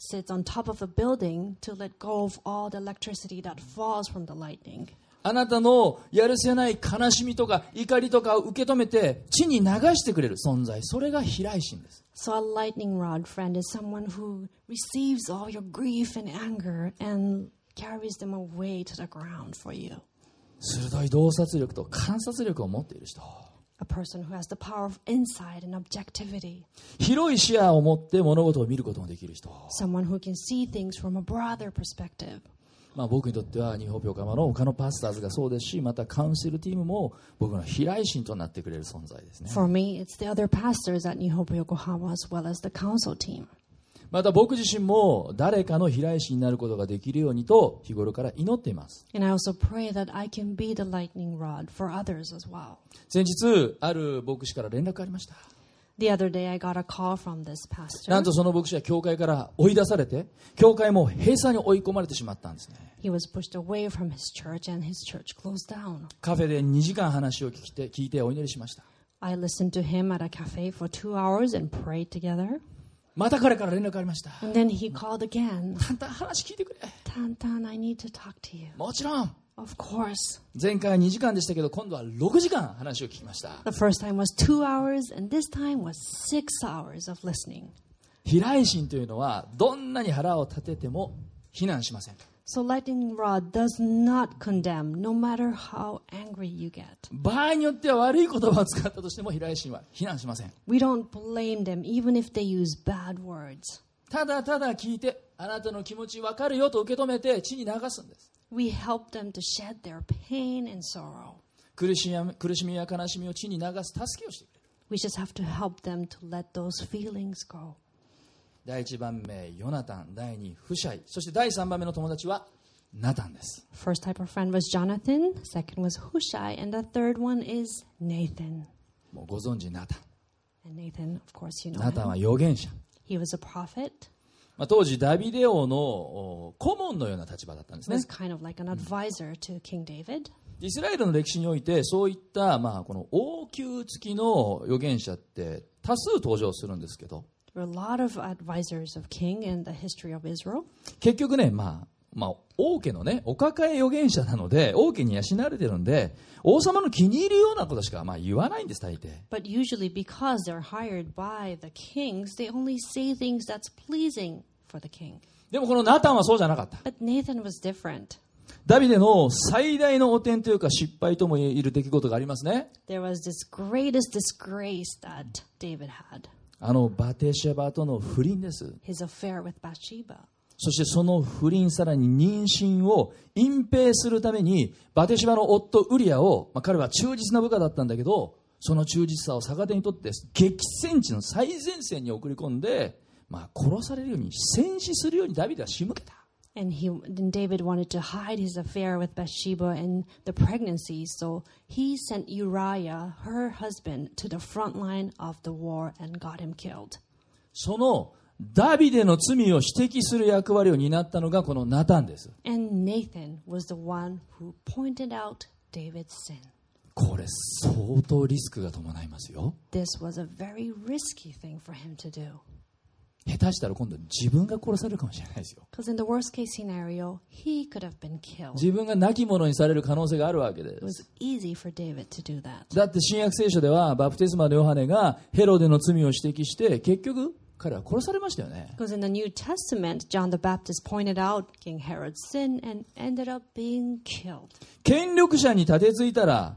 Speaker 2: sits on top of a building to let go of all the electricity that falls from the lightning.
Speaker 1: あなたのやるせない悲しみとか怒りとかを受け止めて地に流してくれる存在、それが飛来心です。
Speaker 2: So a lightning rod friend is someone who receives all your grief and anger and carries them away to the ground for you.
Speaker 1: 鋭い洞察力と観察力を持っている人
Speaker 2: a person who has the power of insight and objectivity,
Speaker 1: 広い視野を持って物事を見ることができる人、
Speaker 2: someone who can see things from a broader perspective.
Speaker 1: まあ、僕にとっては日本評価マの他のパスターズがそうですしまたカウンシルチームも僕の飛来心となってくれる存在ですね
Speaker 2: For me, it's the other pastors at New Hope Yokohama as well as the council team.
Speaker 1: また僕自身も誰かの飛来心になることができるようにと日頃から祈っています
Speaker 2: And I also pray that I can be the lightning rod for others as well.
Speaker 1: 先日ある牧師から連絡がありました
Speaker 2: The other day, I got a call from this pastor.
Speaker 1: なんとその牧師は教会から追い出されて教会も閉鎖に追い込まれてしまったんですね
Speaker 2: He was pushed away from his church and his church closed down.
Speaker 1: カフェで2時間話を聞いて聞いてお祈りしました
Speaker 2: I listened to him at a cafe for two hours and prayed together.
Speaker 1: また彼から連絡がありました
Speaker 2: And then he called again.
Speaker 1: あんた話聞いてくれ
Speaker 2: Tan Tan, I need to talk to you.
Speaker 1: もちろん
Speaker 2: Of course.
Speaker 1: 前回は2時間でしたけど今度は6時間話を聞きました
Speaker 2: The first time was two hours, and this time was six hours of listening.
Speaker 1: 飛来心というのはどんなに腹を立てても非難しません
Speaker 2: So, lightning rod does not condemn, no matter how angry you get.
Speaker 1: 場合によっては悪い言葉を使ったとしても飛来心は非難しません
Speaker 2: We don't blame them, even if they use bad words.
Speaker 1: ただただ聞いてあなたの気持ちわかるよと受け止めて地に流すんです
Speaker 2: We help them to shed their pain and sorrow.
Speaker 1: 苦しみや苦しみや悲しみを地に流す助けをしてくれる
Speaker 2: We just have to help them to let those feelings go.
Speaker 1: 第1番目ヨナタン第2フシャイそして第3番目の友達はナタンです
Speaker 2: First type of friend was Jonathan, second was Hushai, and the third one is Nathan.
Speaker 1: もうご存知ナタン
Speaker 2: And Nathan, of course, you know
Speaker 1: ナタン
Speaker 2: him.
Speaker 1: は預言者、
Speaker 2: He was a prophet,
Speaker 1: まあ、当時ダビデ王のお顧問のような立場だったんですね
Speaker 2: was kind of like an advisor to King David.
Speaker 1: イスラエルの歴史においてそういった、まあ、この王宮付きの預言者って多数登場するんですけど
Speaker 2: There were a lot of advisors of king in the history of Israel.
Speaker 1: 結局ね、まあまあ、王家のねお抱え預言者なので王家に養われてるんで王様の気に入るようなことしか、まあ、言わないんです大抵
Speaker 2: But usually, because they're hired by the kings, they only say things that's pleasing for the king.
Speaker 1: でもこのナタンはそうじゃなかった
Speaker 2: But Nathan was different.
Speaker 1: ダビデの最大の汚点というか失敗とも言える出来事がありますね
Speaker 2: There was this greatest disgrace that David had
Speaker 1: あのバテシェバとの不倫です
Speaker 2: his affair with Bathsheba.
Speaker 1: そしてその不倫さらに妊娠を隠蔽するためにバテシバの夫ウリアを、まあ、彼は忠実な部下だったんだけどその忠実さを逆手にとって激戦地の最前線に送り込んで、まあ、殺されるように戦死するようにダビデは仕向けた
Speaker 2: And he then David wanted to hide his affair with Bathsheba and the pregnancy, so he sent Uriah, her husband, to the front line of the war and got him killed.
Speaker 1: そのダビデの罪を指摘する役割を担ったのがこのナタンです
Speaker 2: And Nathan was the one who pointed out David's sin.
Speaker 1: これ相当リスクが伴いますよ
Speaker 2: This was a very risky thing for him to do.
Speaker 1: 下手したら今度自分が殺されるかもしれないですよ
Speaker 2: Because in the worst case scenario, he could have been killed.
Speaker 1: 自分が亡き者にされる可能性があるわけです
Speaker 2: It was easy for David to do that.
Speaker 1: だって新約聖書ではバプテスマのヨハネがヘロデの罪を指摘して結局彼は殺されましたよね
Speaker 2: Because in the New Testament, John the Baptist pointed out King Herod's sin and ended up being killed.
Speaker 1: 権力者に立てついたら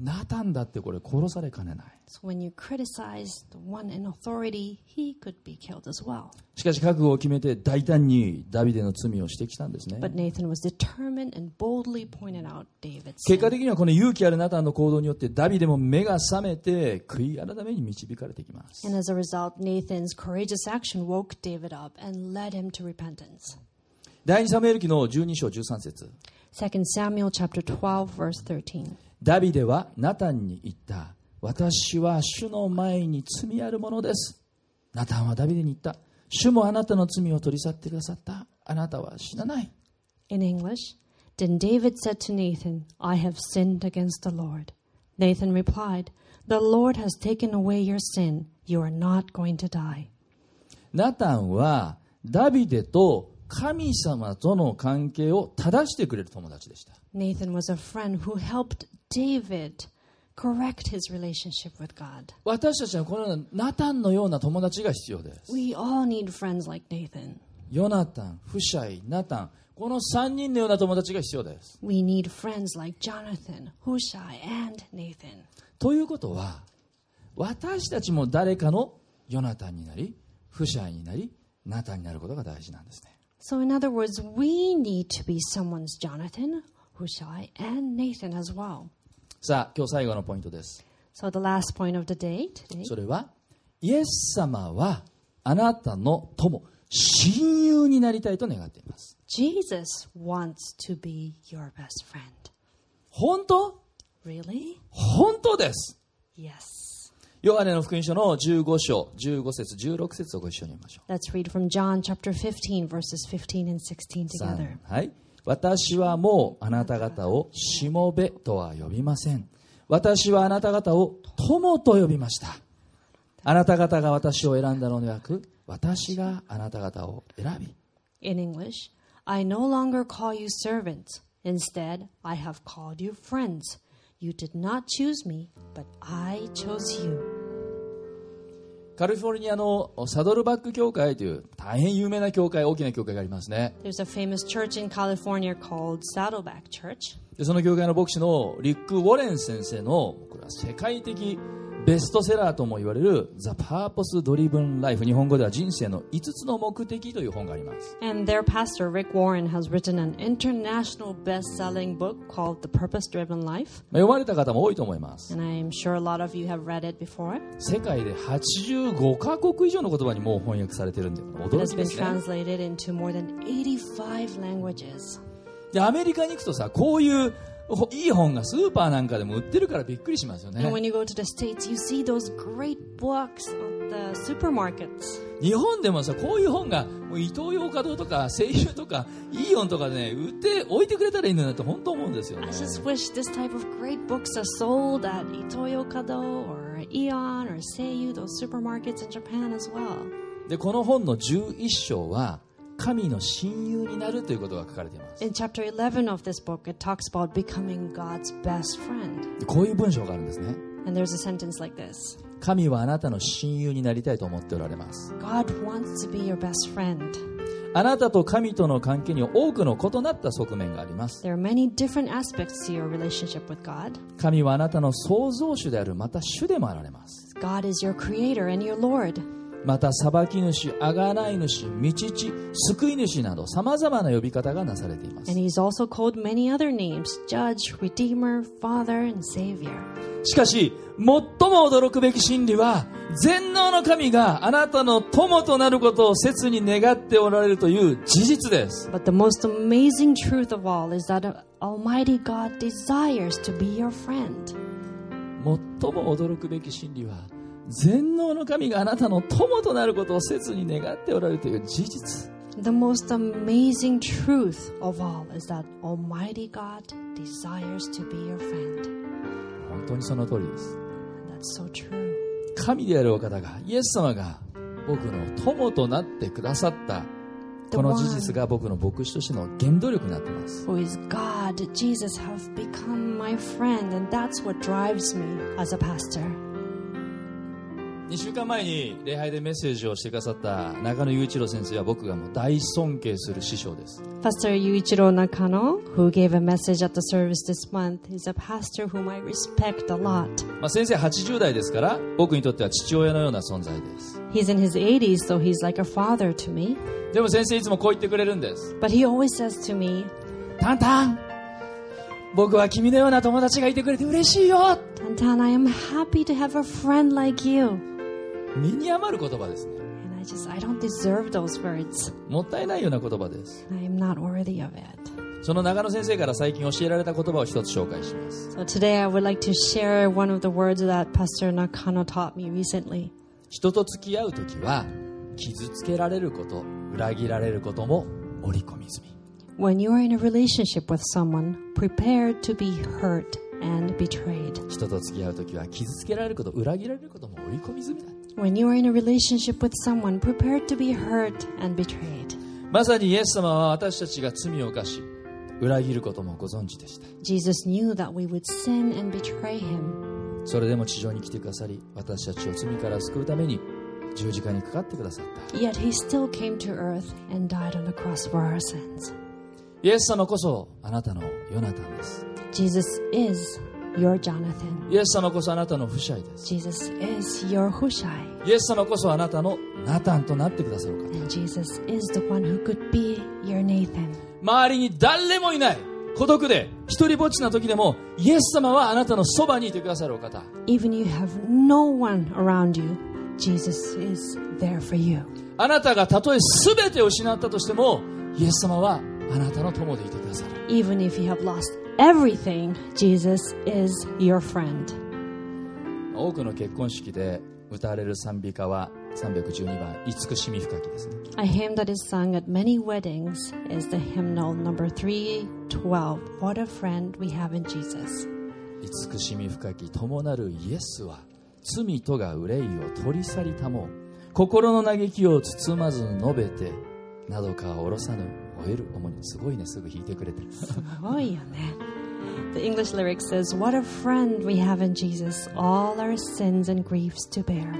Speaker 1: ナタンだってこれ殺されかねない
Speaker 2: So when you criticize the one in authority, he could be killed as well.
Speaker 1: しかし覚悟を決めて大胆にダビデの罪を指摘したんですね
Speaker 2: But Nathan was determined and boldly pointed out David's
Speaker 1: 結果
Speaker 2: sin.
Speaker 1: 的にはこの勇気あるナタンの行動によってダビデも目が覚めて悔い改めに導かれていきます
Speaker 2: And as a result, Nathan's courageous action woke David up and led him to repentance.
Speaker 1: 第2サムエル記の12章13節
Speaker 2: 2 Samuel chapter 12 verse 13.
Speaker 1: ダビデはナタンに言った。私は主の前に罪あるものです。ナタンはダビデに言った。主もあなたの罪を取り去ってくださった。あなたは死なない。
Speaker 2: In English, then David said to Nathan, I have sinned against the Lord. Nathan replied, The Lord has taken away your sin. You are not going to die.
Speaker 1: ナタンはダビデと神様との関係を正してくれる友達でした。
Speaker 2: Nathan was a friend who helped David correct his relationship with God.
Speaker 1: 私たちはこのようなナタンのような友達が必要です。
Speaker 2: We all need friends like Nathan.
Speaker 1: ヨナタン、フシャイ、ナタン、この3人のような友達が必要です。
Speaker 2: We need friends like Jonathan, Hushai, and Nathan.
Speaker 1: ということは、私たちも誰かのヨナタンになり、フシャイになり、ナタンになることが大事なんですね。
Speaker 2: So, in other words, we need to be someone's Jonathan, Hushai, and Nathan as well.
Speaker 1: さあ、今日最後のポイントです。
Speaker 2: So, the last point of the day today
Speaker 1: それは、イエス様はあなたの友、親友になりたいと願っています。
Speaker 2: Jesus wants to be your best friend.
Speaker 1: 本当
Speaker 2: Really?
Speaker 1: 本当です。
Speaker 2: Yes.
Speaker 1: ヨハネの福音書の15章、15節、16節をご一緒に見ましょう。
Speaker 2: Let's read from John chapter 15, verses 15 and 16 together.
Speaker 1: はい、私はもうあなた方をしもべとは呼びません私はあなた方を友と呼びましたあなた方が私を選んだのではなく私があなた方を選び
Speaker 2: In English, I no longer call you servants. Instead, I have called you friends. You did not choose me, but I chose you.
Speaker 1: カリフォルニアのサドルバック教会という大変有名な教会大きな教会がありますね
Speaker 2: There's a famous church in California called Saddleback Church.
Speaker 1: でその教会の牧師のリック・ウォレン先生のこれは世界的ベストセラーとも言われる「The Purpose Driven Life」日本語では人生の5つの目的という本があります
Speaker 2: And their pastor, Rick Warren, has written an international best selling book called The Purpose Driven Life.
Speaker 1: まあ読まれた方も多いと思います。
Speaker 2: And I'm sure a lot of you have read it before.
Speaker 1: 世界で85カ国以上の言葉にもう翻訳されてるんで、
Speaker 2: It
Speaker 1: 驚
Speaker 2: has
Speaker 1: きで
Speaker 2: been
Speaker 1: すね。
Speaker 2: translated into more than 85 languages.
Speaker 1: で、アメリカに行くとさ、こういうほいい本がスーパーなんかでも売ってるからびっくりしますよ
Speaker 2: And
Speaker 1: ね。
Speaker 2: when you go to the States, you see those great books at the supermarkets.
Speaker 1: 日本でもさ、こういう本が、もう伊東洋華堂とか、西友とか、イオンとかでね、売って、置いてくれたらいいのになって本当思うんですよ
Speaker 2: I
Speaker 1: ね。
Speaker 2: just wish this type of great books are sold at Itoyokado or Eon or Seiyu, those supermarkets in Japan as well.
Speaker 1: で、この本の11章は、神の親友になるということが書かれています。
Speaker 2: In chapter 11 of this book, it talks about becoming God's best friend.
Speaker 1: でこういう文章があるんですね。
Speaker 2: And there's a sentence like this
Speaker 1: 神はあなたの親友になりたいと思っておられます。
Speaker 2: God wants to be your best friend.
Speaker 1: あなたと神との関係には多くの異なった側面があります。
Speaker 2: There are many different aspects to your relationship with God.
Speaker 1: 神はあなたの創造主である、また主でもあられます。
Speaker 2: God is your creator and your Lord.
Speaker 1: また、裁き主、あがない主、道地、救い主など、様々な呼び方がなされていま
Speaker 2: And
Speaker 1: す。
Speaker 2: he's also called many other names Judge, Redeemer, Father, and Savior.
Speaker 1: しかし、最も驚くべき真理は、全能の神があなたの友となることを切に願っておられるという事実です。
Speaker 2: But the most amazing truth of all is that Almighty God desires to be your friend.
Speaker 1: 最も驚くべき真理は、全能の神があなたの友となることを切に願っておられるという事実。
Speaker 2: The most amazing truth of all is that Almighty God desires to be your friend.
Speaker 1: 本当にその通りです
Speaker 2: And that's so true.
Speaker 1: 神であるお方がイエス様が僕の友となってくださったこ
Speaker 2: The
Speaker 1: の事実
Speaker 2: one
Speaker 1: が僕の牧師としての原動力になっています
Speaker 2: who is God, Jesus, have become my friend, and that's what drives me as a pastor.
Speaker 1: 2週間前に礼拝でメッセージをしてくださった中野雄一郎先生は僕がもう大尊敬する師匠です
Speaker 2: Pastor Yuichiro Nakano, who gave a message at the service this month, is a pastor whom I respect a lot.
Speaker 1: まあ、先生80代ですから僕にとっては父親のような存在です
Speaker 2: He's in his 80s, so he's like a father to me.
Speaker 1: でも先生いつもこう言ってくれるんです
Speaker 2: But he always says to me,
Speaker 1: タンタン僕は君のような友達がいてくれて嬉しいよ
Speaker 2: Tantan, I am happy to have a friend like you.
Speaker 1: 身に余る言葉ですね
Speaker 2: And I just, I don't deserve those words.
Speaker 1: もったいないような言葉です
Speaker 2: I am not worthy of it.
Speaker 1: その長野先生から最近教えられた言葉を一つ紹介します。
Speaker 2: So today I would like to share one of the words that Pastor Nakano taught me recently.
Speaker 1: 人と付き合うときは、傷つけられること、裏切られることも織り込み済み。
Speaker 2: When you are in a relationship with someone, prepare to be hurt and betrayed.
Speaker 1: 人と付き合うときは、傷つけられること、裏切られることも織り込み済みだ。
Speaker 2: When you are in a relationship with someone, prepare to be hurt and betrayed.
Speaker 1: まさにイエス様は私たちが罪を犯し、裏切ることもご存知でした。
Speaker 2: Jesus knew that we would sin and betray him.
Speaker 1: それでも地上に来てくださり、私たちを罪から救うために、十字架にかかってくださった。
Speaker 2: Yet he still came to earth and died on the cross for our sins.
Speaker 1: イエス様こそあなたのヨナタンです。
Speaker 2: Jesus is your Jonathan.
Speaker 1: イエス様こそあなたのフシャイです。
Speaker 2: Jesus is your Hushai.
Speaker 1: イエス様こそあなたのナタンとなってくださる方。
Speaker 2: And Jesus is the one who could be your Nathan.
Speaker 1: 周りに誰もいない。孤独で、一人ぼっちな時でも、イエス様はあなたのそばにいてくださるお方。
Speaker 2: Even you have no one around you, Jesus is there for you.
Speaker 1: あなたがたとえ全てを失ったとしても、イエス様はあなたの友でいてくださる。
Speaker 2: Even if you have lost everything, Jesus is your friend.
Speaker 1: 多くの結婚式で歌われる賛美歌は312番、慈しみ深きですね。
Speaker 2: A hymn that is sung at many weddings is the hymnal number 312. What a friend we have in Jesus.
Speaker 1: 慈しみ深き友なるイエスは罪とが憂いを取り去りたもう心の嘆きを包まず述べてなどかおろさぬ吠える主にすごいねすぐ弾いてくれてる
Speaker 2: すごいよね。The English lyric says, What a friend we have in Jesus, all our sins and griefs to bear.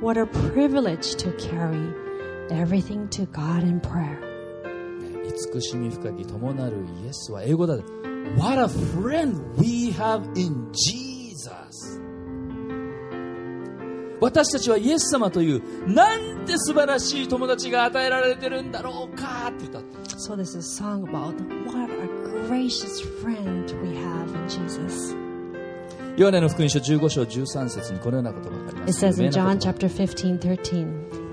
Speaker 2: What a privilege to carry everything to God in prayer.
Speaker 1: 慈しみ深き友なるイエスは英語だね What a friend we have in Jesus 私たちはイエス様というなんて素晴らしい友達が与えられてるんだろうかって言った
Speaker 2: So, this is a song about what a gracious friend we have in Jesus.
Speaker 1: ヨハネの福音書15章13節にこのようなことがありま
Speaker 2: It
Speaker 1: す。有
Speaker 2: says
Speaker 1: 名
Speaker 2: in
Speaker 1: な言葉
Speaker 2: John chapter 15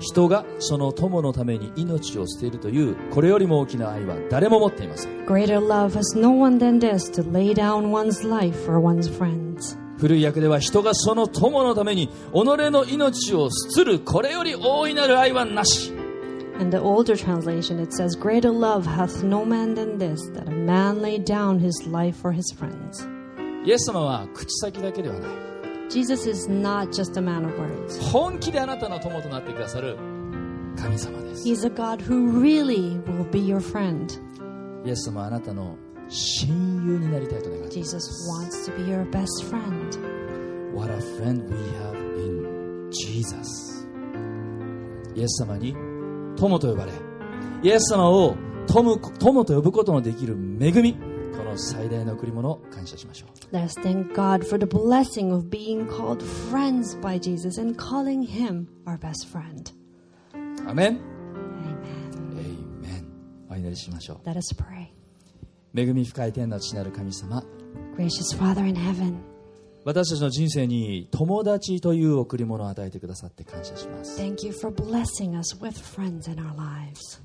Speaker 2: 13,
Speaker 1: 人がその友のために命を捨てるというこれよりも大きな愛は誰も持っていません
Speaker 2: Greater love has no one than this to lay down one's life for one's friends.
Speaker 1: 古い訳では人がその友のために己の命を捨つるこれより大いなる愛はなし
Speaker 2: In the older translation, it says, Greater love hath no man than this, that a man lay down his life for his friends.
Speaker 1: イエス様は口先だけではない
Speaker 2: Jesus is not just a man of words,
Speaker 1: 本気であなたの友となってくださる神様ですイ
Speaker 2: He's a God who really will be your friend.
Speaker 1: エス様はあなたの親友になりたいと願っています
Speaker 2: Jesus wants to be your best friend.
Speaker 1: What a friend we have in Jesus イエス様に友と呼ばれイエス様を友友と呼ぶことのできる恵みこの最大の贈り物を感謝しましょ
Speaker 2: Let us thank God for the blessing of being called friends by Jesus and calling Him our best friend.
Speaker 1: うアメンエイ
Speaker 2: Amen.
Speaker 1: メンお祈りしましょ
Speaker 2: Let us pray.
Speaker 1: う恵み深い天の父なる神様
Speaker 2: Gracious Father in heaven,
Speaker 1: 私たちの人生に友達という贈り物を与えてくださって感謝します。
Speaker 2: thank you for blessing us with friends in our lives.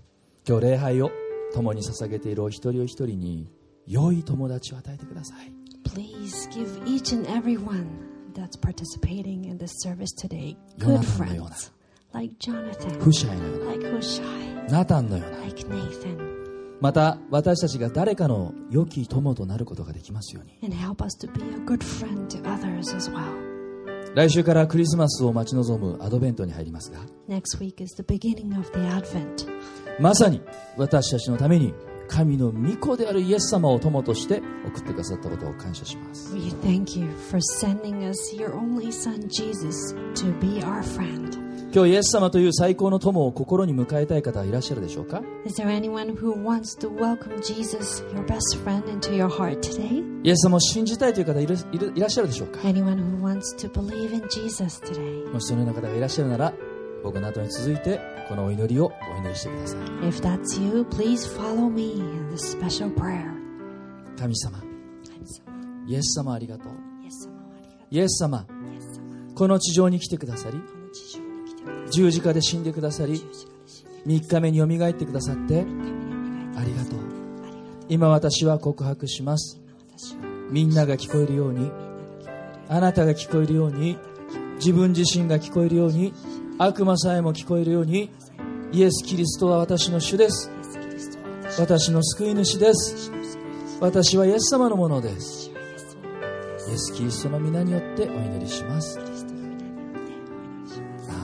Speaker 1: 今日礼拝を共に捧げているお一人お一人に良い友達を与えてください。
Speaker 2: Please give each and everyone that's participating in this service today
Speaker 1: Jonathan
Speaker 2: good friends.
Speaker 1: Leona.
Speaker 2: Like Jonathan,
Speaker 1: フシャイのよう
Speaker 2: like Hushai,
Speaker 1: な、ナタンのような、
Speaker 2: like Nathan.
Speaker 1: また私たちが誰かの良き友となることができますように
Speaker 2: And help us to be a good friend to others as well.
Speaker 1: 来週からクリスマスを待ち望むアドベントに入りますが
Speaker 2: Next week is the beginning of the Advent.
Speaker 1: まさに私たちのために神の御子であるイエス様を友として送ってくださったことを感謝します
Speaker 2: We thank you for sending us your only son, Jesus, to be our friend.
Speaker 1: 今日イエス様という最高の友を心に迎えたい方はいらっしゃるでしょうか
Speaker 2: Is there anyone who wants to welcome Jesus, your best friend, into your heart today?
Speaker 1: イエス様を信じたいという方いるいるいらっしゃるでしょうか
Speaker 2: Anyone who wants to believe in Jesus today?
Speaker 1: もしそのような方がいらっしゃるなら僕の後に続いてこのお祈りをお祈りしてください
Speaker 2: If that's you, please follow me in this special prayer.
Speaker 1: 神様イエス様ありがとうイエス様この地上に来てくださり十字架で死んでくださり3日目によみがえってくださってありがとう今私は告白しますみんなが聞こえるようにあなたが聞こえるように自分自身が聞こえるように悪魔さえも聞こえるようにイエス・キリストは私の主です私の救い主です私はイエス様のものですイエス・キリストの皆によってお祈りしますアー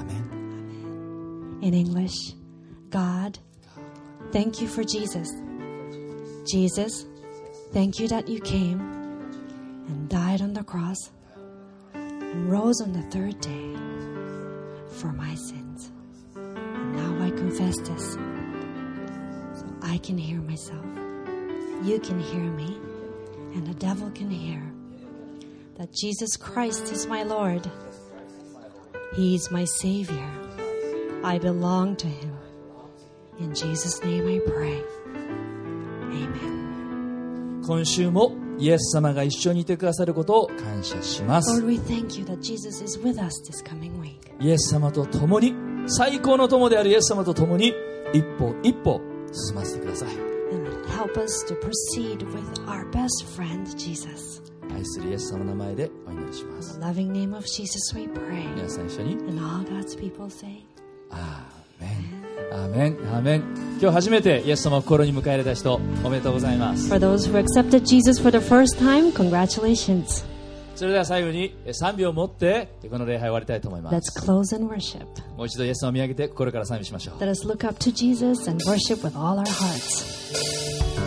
Speaker 1: メン
Speaker 2: In English, God, thank you for Jesus. Jesus, thank you that you came and died on the cross and rose on the third day for my sins. Now I confess this. So I can hear myself. You can hear me. And the devil can hear that Jesus Christ is my Lord. He is my Savior. I belong to Him. In Jesus' name I pray. Amen.
Speaker 1: 今週もイエス様が一緒にいてくださることを感謝します
Speaker 2: Lord, we thank you that Jesus is with us this coming week.
Speaker 1: イエス様と共に最高の友であるイエス様と共に一歩一歩進ませてください
Speaker 2: And help us to proceed with our best friend, Jesus.
Speaker 1: 愛するイエス様の名前でお祈りしま
Speaker 2: In
Speaker 1: す
Speaker 2: the loving name of Jesus, we pray.
Speaker 1: 皆さん一緒に
Speaker 2: And all God's people say,
Speaker 1: アーメンアーメンアーメン今日初めてイエス様を心に迎えられた人おめでとうございます
Speaker 2: For those who accepted Jesus for the first time, congratulations.
Speaker 1: それでは最後に3秒持ってこの礼拝を終わりたいと思いま
Speaker 2: Let's
Speaker 1: す
Speaker 2: close in worship.
Speaker 1: もう一度イエス様を見上げて心から賛美しましょう
Speaker 2: Let us look up to Jesus and worship with all our hearts.